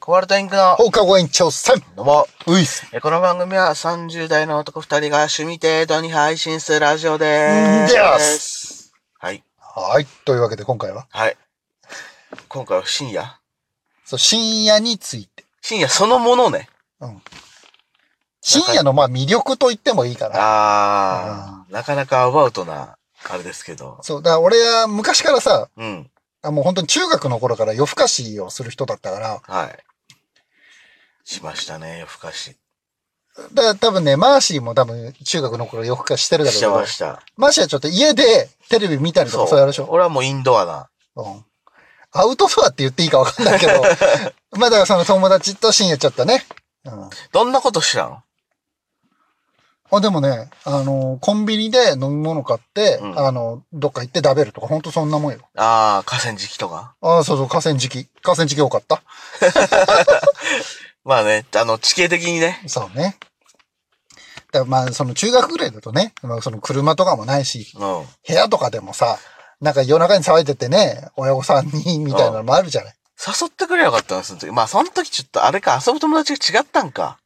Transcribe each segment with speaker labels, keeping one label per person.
Speaker 1: 壊れたインクの、
Speaker 2: 放課後延長戦
Speaker 1: どうも。
Speaker 2: ういっす。
Speaker 1: えこの番組は30代の男2人が趣味程度に配信するラジオで。
Speaker 2: ですす。
Speaker 1: はい。
Speaker 2: はい。というわけで今回は、
Speaker 1: はい。今回は深夜
Speaker 2: そう深夜について。
Speaker 1: 深夜そのものね。
Speaker 2: 深夜のまあ魅力と言ってもいいかな。
Speaker 1: あー、なかなかアバウトな、あれですけど。
Speaker 2: そう。だから俺は昔からさ、
Speaker 1: うん。
Speaker 2: あもう本当に中学の頃から夜更かしをする人だったから、
Speaker 1: はい。しましたね、夜更かし。
Speaker 2: だから多分ね、マーシーも多分中学の頃夜更かししてるだろう
Speaker 1: し
Speaker 2: け
Speaker 1: て
Speaker 2: ど
Speaker 1: ま、した。
Speaker 2: マーシーはちょっと家でテレビ見たりとかそういうあれでしょ
Speaker 1: 俺はもうインドアな。
Speaker 2: うん。アウトドアって言っていいかわかんないけど、まあだからその友達と深夜ちょっとね。うん。
Speaker 1: どんなことしてたの
Speaker 2: あ、でもね、あの、コンビニで飲み物買って、
Speaker 1: うん
Speaker 2: あの、どっか行って食べるとか、ほんとそんなもんよ。
Speaker 1: あー、河川敷とか。
Speaker 2: ああ、そうそう、河川敷。河川敷多かった。
Speaker 1: まあね、あの、地形的にね。
Speaker 2: そうね。だからまあ、その中学ぐらいだとね、まあ、その車とかもないし、
Speaker 1: うん。
Speaker 2: 部屋とかでもさ、なんか夜中に騒いでてね、親御さんに、みたいなのもあるじゃない。
Speaker 1: 誘ってくれよかったな、その時。まあ、その時ちょっと、あれか、遊ぶ友達が違ったんか。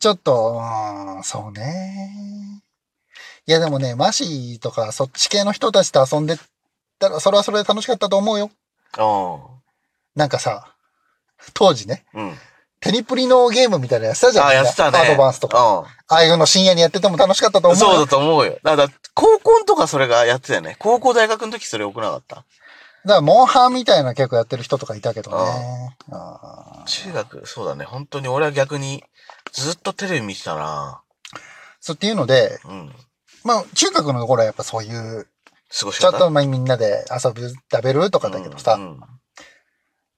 Speaker 2: ちょっと、うーん、そうね。いや、でもね、マシとか、そっち系の人たちと遊んでたら、それはそれで楽しかったと思うよ。
Speaker 1: う
Speaker 2: なんかさ、当時ね、
Speaker 1: ん。うん。
Speaker 2: テニプリのゲームみたいなのやってたじゃん。
Speaker 1: ああ、やってたね。
Speaker 2: アドバンスとか。
Speaker 1: か。
Speaker 2: ああいうの深夜にやってても楽しかったと
Speaker 1: うん。
Speaker 2: 思うよ。
Speaker 1: そうだと思うよ。だから、高校のとかそれがやってたよね。高校大学の時それ多くなかった。
Speaker 2: だから、モンハンみたいな結構やってる人とかいたけどね。ああ
Speaker 1: 中学、そうだね。本当に俺は逆に、ずっとテレビ見てたな。
Speaker 2: そうっていうので、
Speaker 1: うん。
Speaker 2: まあ、中学の頃はやっぱそういう、
Speaker 1: 過ごし
Speaker 2: ちょ
Speaker 1: 方
Speaker 2: っとまあみんなで遊ぶ、食べるとかだけどさ、
Speaker 1: うんうん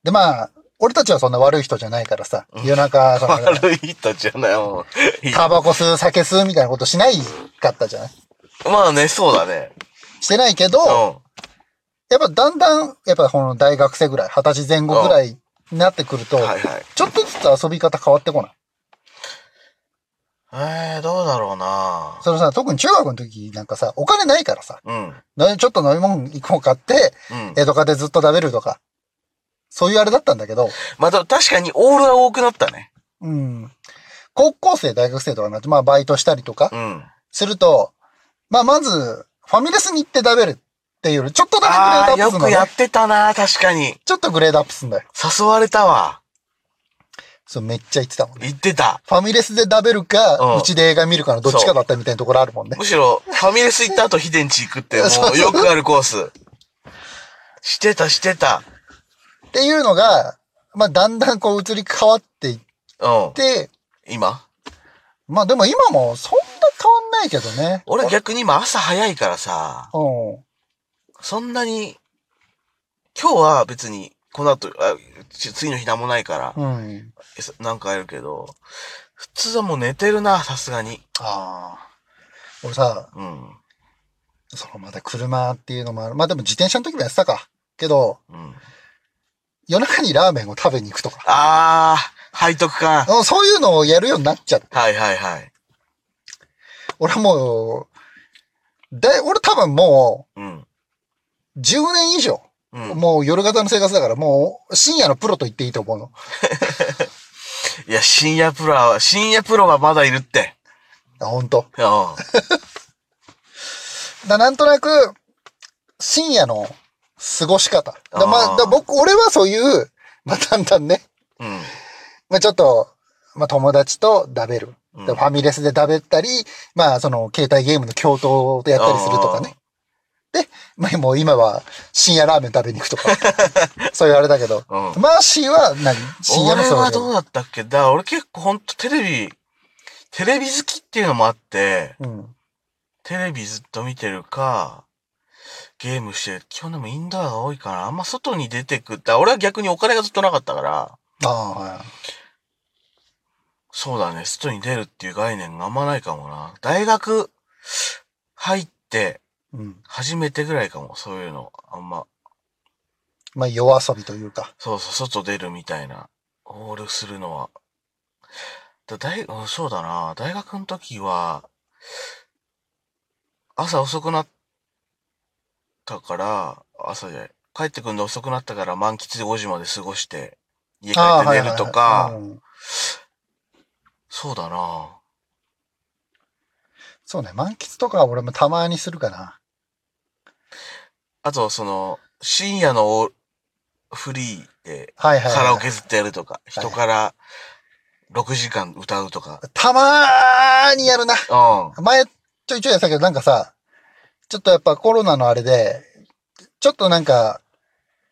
Speaker 2: で、まあ、俺たちはそんな悪い人じゃないからさ、夜中、その
Speaker 1: 悪い人じゃないもういい
Speaker 2: タバコ吸う、酒吸うみたいなことしないかったじゃない
Speaker 1: まあね、そうだね。
Speaker 2: してないけど、
Speaker 1: うん。
Speaker 2: やっぱだんだん、やっぱこの大学生ぐらい、二十歳前後ぐらいになってくると、
Speaker 1: はいはい。
Speaker 2: ちょっとずつ遊び方変わってこない。
Speaker 1: えー、どうだろうな。
Speaker 2: そのさ、特に中学の時なんかさ、お金ないからさ、
Speaker 1: うん。
Speaker 2: なちょっと飲み物一個買って、
Speaker 1: うん。
Speaker 2: 江戸家でずっと食べるとか、そういうあれだったんだけど、
Speaker 1: まあ、でも確かにオールは多くなったね。
Speaker 2: うん。高校生、大学生とかになって、まあバイトしたりとか
Speaker 1: うん。
Speaker 2: すると、まあまず、ファミレスに行って食べるっていうより、ちょっとだけグレー
Speaker 1: ああ
Speaker 2: ドア
Speaker 1: ー、よ
Speaker 2: ップする
Speaker 1: く
Speaker 2: んだ
Speaker 1: や
Speaker 2: ね。
Speaker 1: ってたな、確かに。
Speaker 2: ちょっとグレードアップすんだよ。
Speaker 1: 誘われたわ。
Speaker 2: そう、めっちゃ言ってたもんね。
Speaker 1: 言ってた。
Speaker 2: ファミレスで食べるか
Speaker 1: う、ん
Speaker 2: うちで映画見るかのどっちかだったみたいなところあるもんね。
Speaker 1: むしろ、ファミレス行った後、ヒデンチ行くって、も
Speaker 2: そう
Speaker 1: うよくあるコース。してた、してた。
Speaker 2: っていうのが、まあ、だんだんこう移り変わっていっ
Speaker 1: うん。
Speaker 2: て、
Speaker 1: 今
Speaker 2: まあ、でも今もそんな変わんないけどね。
Speaker 1: 俺逆に今朝早いからさ、
Speaker 2: うん。
Speaker 1: そんなに、今日は別に、この後、あち次の日何もないから、
Speaker 2: うん。
Speaker 1: えそなんかやるけど、普通はもう寝てるな、さすがに。
Speaker 2: ああ。俺さ、
Speaker 1: うん。
Speaker 2: そのまた車っていうのもある。まあ、でも自転車の時もやってたか。けど、
Speaker 1: うん。
Speaker 2: 夜中にラーメンを食べに行くとか。
Speaker 1: あー、背徳感。
Speaker 2: うんそういうのをやるようになっちゃって。
Speaker 1: はいはいはい。
Speaker 2: 俺はもう、だい、俺多分も
Speaker 1: うん。
Speaker 2: う、10年以上、
Speaker 1: うん。
Speaker 2: もう夜型の生活だから、もう、深夜のプロと言っていいと思うの。
Speaker 1: いや、深夜プロは、深夜プロはまだいるって。
Speaker 2: あ、本当。
Speaker 1: うん。
Speaker 2: だなんとなく、深夜の過ごし方。だま
Speaker 1: あ
Speaker 2: あ、
Speaker 1: ー
Speaker 2: だ僕、俺はそういう、まあ、だんだんね、
Speaker 1: うん。
Speaker 2: まあ、ちょっと、まあ、友達と食べる。
Speaker 1: う
Speaker 2: で
Speaker 1: ん
Speaker 2: ファミレスで食べたり、まあ、その、携帯ゲームの共闘でやったりするとかね。で、まあ、もう今は深夜ラーメン食べに行く とか。そういうあれだけど。
Speaker 1: うん。
Speaker 2: マーシーは何深夜の
Speaker 1: 俺
Speaker 2: 過ご
Speaker 1: は
Speaker 2: し
Speaker 1: どう
Speaker 2: 方。
Speaker 1: だったっけだから俺結構ほんとテレビ、テレビ好きっていうのもあって、
Speaker 2: うん。
Speaker 1: テレビずっと見てるか、ゲームしてる。基本でもインドアが多いから、あんま外に出てく。だから俺は逆にお金がずっとなかったから、
Speaker 2: ああ、はい。
Speaker 1: そうだね、外に出るっていう概念があんまないかもな。大学入って
Speaker 2: うん。
Speaker 1: 初めてぐらいかも、そういうの。あんま、
Speaker 2: まあ、夜遊びというか。
Speaker 1: そうそう、外出るみたいな。オールするのは。だ大、うんそうだな。大学の時は、朝遅くなったから、朝で、帰ってくるの遅くなったから満喫で5時まで過ごして、家帰
Speaker 2: あ
Speaker 1: っ
Speaker 2: ー
Speaker 1: て
Speaker 2: はい
Speaker 1: 寝
Speaker 2: は
Speaker 1: る
Speaker 2: い
Speaker 1: と
Speaker 2: は
Speaker 1: か
Speaker 2: い、うん
Speaker 1: そうだな
Speaker 2: そうね、満喫とかは俺もたまにするかな。
Speaker 1: あと、その、深夜のオールフリーで
Speaker 2: はいはい、はい。
Speaker 1: カラオケずっとやるとか、
Speaker 2: はい
Speaker 1: 人から6時間歌うとか。
Speaker 2: たまーにやるな。
Speaker 1: う
Speaker 2: 前、ちょいちょいやってたけど、なんかさ、ちょっとやっぱコロナのあれで、ちょっとなんか、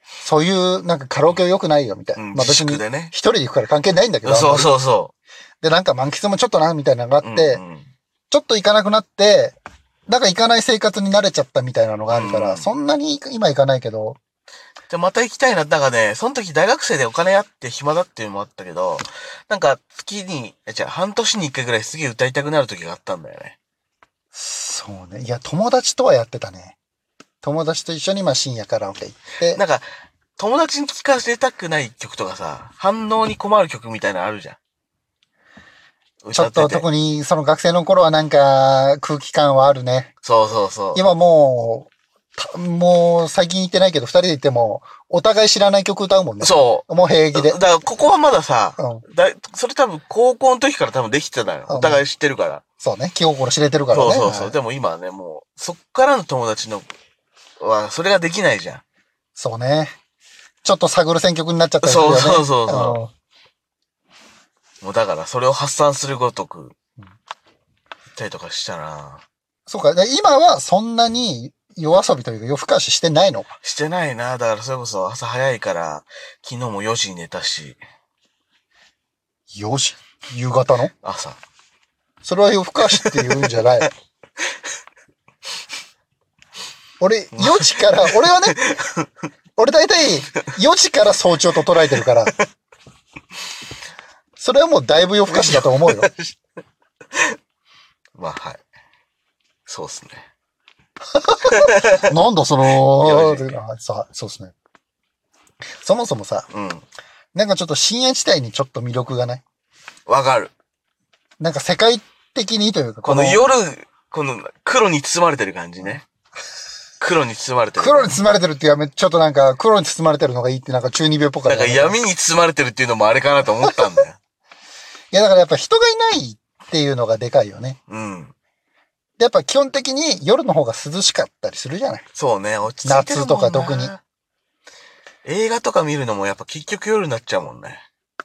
Speaker 2: そういう、なんかカラオケは良くないよ、みたいな。
Speaker 1: ん。うん、
Speaker 2: まあ
Speaker 1: 自
Speaker 2: 別に
Speaker 1: 粛、でね。
Speaker 2: 一人で行くから関係ないんだけど。
Speaker 1: そうそうそ
Speaker 2: で、なんか満喫もちょっとな、みたいなのが
Speaker 1: う。
Speaker 2: あって、
Speaker 1: うんうん
Speaker 2: ちょっと行かなくなって、なんか行かない生活に慣れちゃったみたいなのがあるから、
Speaker 1: うん
Speaker 2: そんなに今行かないけど、
Speaker 1: で、また行きたいな。なんかね、その時大学生でお金あって暇だっていうのもあったけど、なんか月に、えじゃあ半年に一回ぐらいすげえ歌いたくなる時があったんだよね。
Speaker 2: そうね。いや、友達とはやってたね。友達と一緒にまあ深夜カラオケ行って
Speaker 1: な、んか、友達に聞かせたくない曲とかさ、反応に困る曲みたいなのあるじゃん。
Speaker 2: ちょっ
Speaker 1: 歌
Speaker 2: と
Speaker 1: てて
Speaker 2: 特にその学生の頃はなんか空気感はあるね。
Speaker 1: そうそうそう。
Speaker 2: 今もうた、もう最近行ってないけど、二人で行っても、お互い知らない曲歌うもんね。
Speaker 1: そ
Speaker 2: もう平
Speaker 1: う。
Speaker 2: 気
Speaker 1: だ
Speaker 2: で
Speaker 1: だ。から、ここはまださ、
Speaker 2: うん。
Speaker 1: だそれ多分高校の時から多分できてたのよ。
Speaker 2: うん
Speaker 1: お互い知ってるから。
Speaker 2: そうね。気心知れてるから
Speaker 1: そ
Speaker 2: ね。
Speaker 1: うそうそう。
Speaker 2: はい
Speaker 1: でも今はね、もう、そっからの友達の、は、それができないじゃん。
Speaker 2: そうね。ちょっと探る選曲になっちゃったりするよ
Speaker 1: そう
Speaker 2: ね。
Speaker 1: そうそうそう。
Speaker 2: うん
Speaker 1: もうだから、それを発散するごとく、行ったりとかしたな
Speaker 2: そうか。で今はそんなに夜遊びというか夜更かししてないのか。
Speaker 1: してないなだからそれこそ朝早いから、昨日も4時に寝たし、
Speaker 2: 4時。夕方の
Speaker 1: 朝。
Speaker 2: それは夜更かしって言うんじゃない。 俺、4時から、俺はね、俺大体4時から早朝と捉えてるから、それはもうだいぶ夜更かしだと思うよ。
Speaker 1: まあ、はい。そうっすね。
Speaker 2: なんだその
Speaker 1: 4時、
Speaker 2: あさそうですね。そもそもさ、
Speaker 1: うん。
Speaker 2: なんかちょっと深夜地帯にちょっと魅力がない
Speaker 1: わかる。
Speaker 2: なんか世界的にというか、
Speaker 1: この夜、この黒に包まれてる感じね。黒に包まれてる。
Speaker 2: 黒に包まれてるってやめ、ちょっとなんか黒に包まれてるのがいいってなんか中二病っぽか
Speaker 1: な
Speaker 2: っ
Speaker 1: ん
Speaker 2: た
Speaker 1: か
Speaker 2: ね、
Speaker 1: 闇に包まれてるっていうのもあれかなと思ったんだよ。
Speaker 2: いやだからやっぱ人がいないっていうのがでかいよね。
Speaker 1: うん。
Speaker 2: でやっぱ基本的に夜の方が涼しかったりするじゃない。
Speaker 1: そうね、落ち着いてるもんな
Speaker 2: 夏とか特に。
Speaker 1: 映画とか見るのもやっぱ結局夜になっちゃうもんね。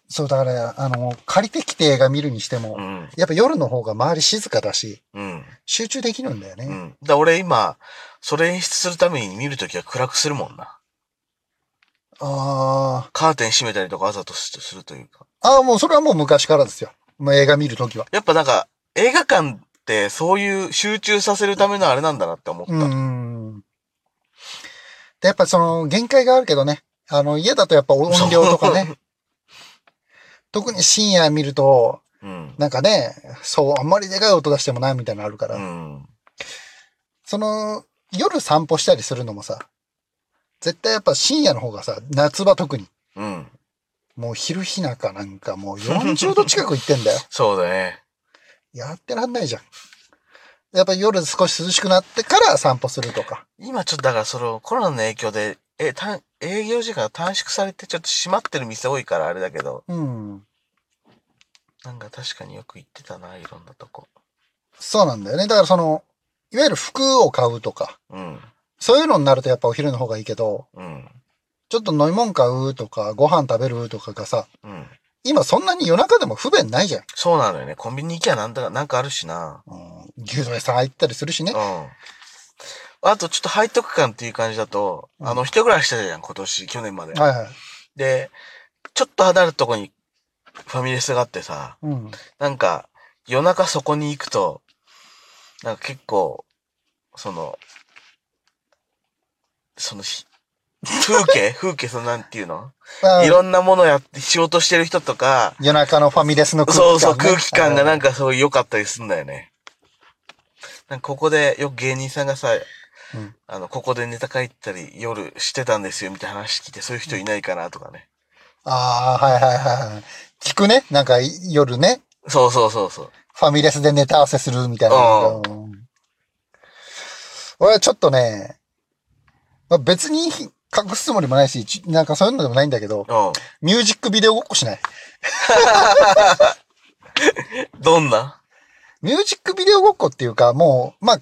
Speaker 2: そうだから、あの、借りてきて映画見るにしても、
Speaker 1: うん。
Speaker 2: やっぱ夜の方が周り静かだし、
Speaker 1: うん。
Speaker 2: 集中できるんだよね。
Speaker 1: うん。だから俺今、それ演出するために見るときは暗くするもんな。
Speaker 2: あ
Speaker 1: カーテン閉めたりとかあざとすするというか。
Speaker 2: あ、ああ、もうそれはもう昔からですよ。もう映画見るときは。
Speaker 1: やっぱなんか、映画館ってそういう集中させるためのあれなんだなって思った。
Speaker 2: うーん。で、やっぱその限界があるけどね。あの、家だとやっぱ音量とか ね。特に深夜見ると、
Speaker 1: うん。
Speaker 2: なんかね、そう、あんまりでかい音出してもな、みたいなのあるから。
Speaker 1: うん。
Speaker 2: その、夜散歩したりするのもさ、絶対やっぱ深夜の方がさ、夏場特に、
Speaker 1: うん。
Speaker 2: もう昼日中なんかもう40度近く行ってん だよ。
Speaker 1: そうだね。
Speaker 2: やってらんないじゃん。やっぱ夜少し涼しくなってから散歩するとか。
Speaker 1: 今ちょっとだからそのコロナの影響で、え、短営業時間が短縮されてちょっと閉まってる店多いからあれだけど、
Speaker 2: うん。
Speaker 1: なんか確かによく行ってたな、いろんなとこ。
Speaker 2: そうなんだよね。だからその、いわゆる服を買うとか、
Speaker 1: うん、
Speaker 2: そういうのになるとやっぱお昼の方がいいけど、
Speaker 1: うん、
Speaker 2: ちょっと飲み物買うとか、ご飯食べるとかがさ、
Speaker 1: うん。
Speaker 2: 今そんなに夜中でも不便ないじゃん。
Speaker 1: そうなのよね。コンビニ行きゃなんだか、なんかあるしな。
Speaker 2: うん、牛丼屋さん入ったりするし
Speaker 1: う
Speaker 2: ね
Speaker 1: ん。。あとちょっと背徳感っていう感じだと、あの、一人暮らししてたじゃん、今年、去年まで。
Speaker 2: はいはい。
Speaker 1: で、ちょっと離れたとこにファミレスがあってさ、
Speaker 2: うん。
Speaker 1: なんか、夜中そこに行くと、なんか結構、その、そのひ、風 景風景、そのなんていうの
Speaker 2: あ
Speaker 1: いろんなものやって、仕事してる人とか、
Speaker 2: 夜中のファミレスの空気感、
Speaker 1: そうそ
Speaker 2: ね。
Speaker 1: う、空気感がなん
Speaker 2: か。
Speaker 1: かそう良かったりすんだよね。なんかここでよく芸人さんがさ、
Speaker 2: うん
Speaker 1: あの、ここでネタ書いたり夜してたんですよみたいな話聞いて、そういう人いないかなとかね。
Speaker 2: ああ、はいはいはい。聞くね。なんか夜ね、
Speaker 1: そうそうそうそう。
Speaker 2: ファミレスでネタ合わせするみたいな。
Speaker 1: う
Speaker 2: うん俺はちょっとね、まあ、別に隠すつもりもないし、ちなんかそういうのでもないんだけど、
Speaker 1: う
Speaker 2: ミュージックビデオごっこしない。
Speaker 1: ん。どんな
Speaker 2: ミュージックビデオごっこっていうか、もう、まあ、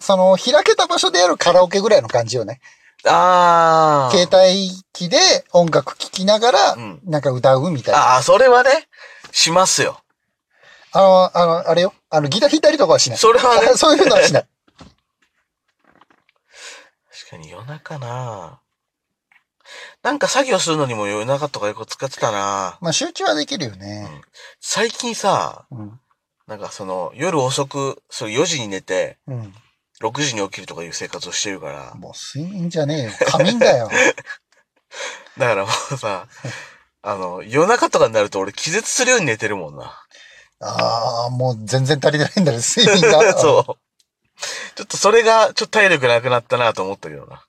Speaker 2: その、開けた場所でやるカラオケぐらいの感じよね。
Speaker 1: ああ。
Speaker 2: 携帯機で音楽聴きながら
Speaker 1: うん、
Speaker 2: なんか歌うみたいな。
Speaker 1: ああ、それはね、しますよ。
Speaker 2: あの、あの、あれよ。あの、ギター弾いたりとかはしない。
Speaker 1: それはね
Speaker 2: あ、 そういうのはしない。
Speaker 1: 確かに夜中ななんか作業するのにも夜中とかよく使ってたな
Speaker 2: まあ、集中はできるよね。
Speaker 1: 最近さ、
Speaker 2: うん。
Speaker 1: なんかその夜遅く、それ4時に寝て、
Speaker 2: うん。
Speaker 1: 6時に起きるとかいう生活をしてるから、
Speaker 2: もう睡眠じゃねえよ。仮眠だよ。
Speaker 1: だからもうさ、 あの、夜中とかになると俺気絶するように寝てるもんな。
Speaker 2: ああ、もう全然足りてないんだね、睡眠 が。
Speaker 1: そう。ちょっとそれが、ちょっと体力なくなったなと思ったけどな。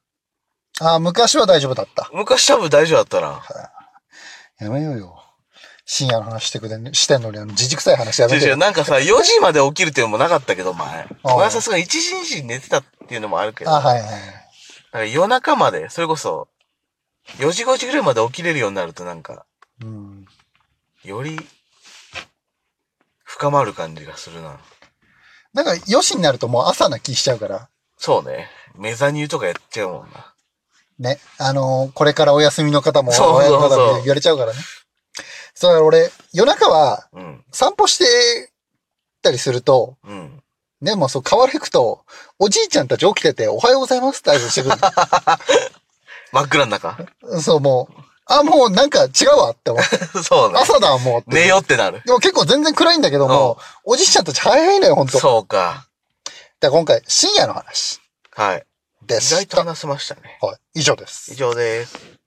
Speaker 2: ああ、昔は大丈夫だった。
Speaker 1: 昔多分大丈夫だったな。
Speaker 2: やめようよ。深夜の話してくれん、してんのに、あの、じじくさい話やめて
Speaker 1: 違う違う
Speaker 2: よ。
Speaker 1: なんかさ、4時まで起きるっていうのもなかったけど、前。
Speaker 2: ああ
Speaker 1: 俺はさすがに1時2時に寝てたっていうのもあるけど。
Speaker 2: あはいはい。
Speaker 1: なんか夜中まで、それこそ、4時5時ぐらいまで起きれるようになるとなんか、
Speaker 2: うん。
Speaker 1: より、深まる感じがするな。
Speaker 2: なんか、よしになるともう朝な気しちゃうから。
Speaker 1: そうね。メザニューとかやっちゃうもんな。
Speaker 2: ね。あのーこれからお休みの方も、
Speaker 1: そうそうそう
Speaker 2: お休みの方も言われちゃうからね。そうだから俺、夜中は
Speaker 1: うん。
Speaker 2: 散歩してたりすると、
Speaker 1: うん。
Speaker 2: ね、もうそう、変わら行くと、おじいちゃんたち起きてて、おはようございますって挨拶してく
Speaker 1: 真っ暗の中。
Speaker 2: る。そう、もう、あ、もうなんか違うわって思って、
Speaker 1: そうね。
Speaker 2: 朝だわ、もうって。
Speaker 1: 寝よってなる。
Speaker 2: でも結構全然暗いんだけども、おじいちゃんたち早いのよ、ほんと。だか
Speaker 1: そうか。
Speaker 2: ら今回、深夜の話
Speaker 1: はい。
Speaker 2: で
Speaker 1: 意外
Speaker 2: し
Speaker 1: と
Speaker 2: た。
Speaker 1: 話せましたね。
Speaker 2: はい、以上です
Speaker 1: 以。上です。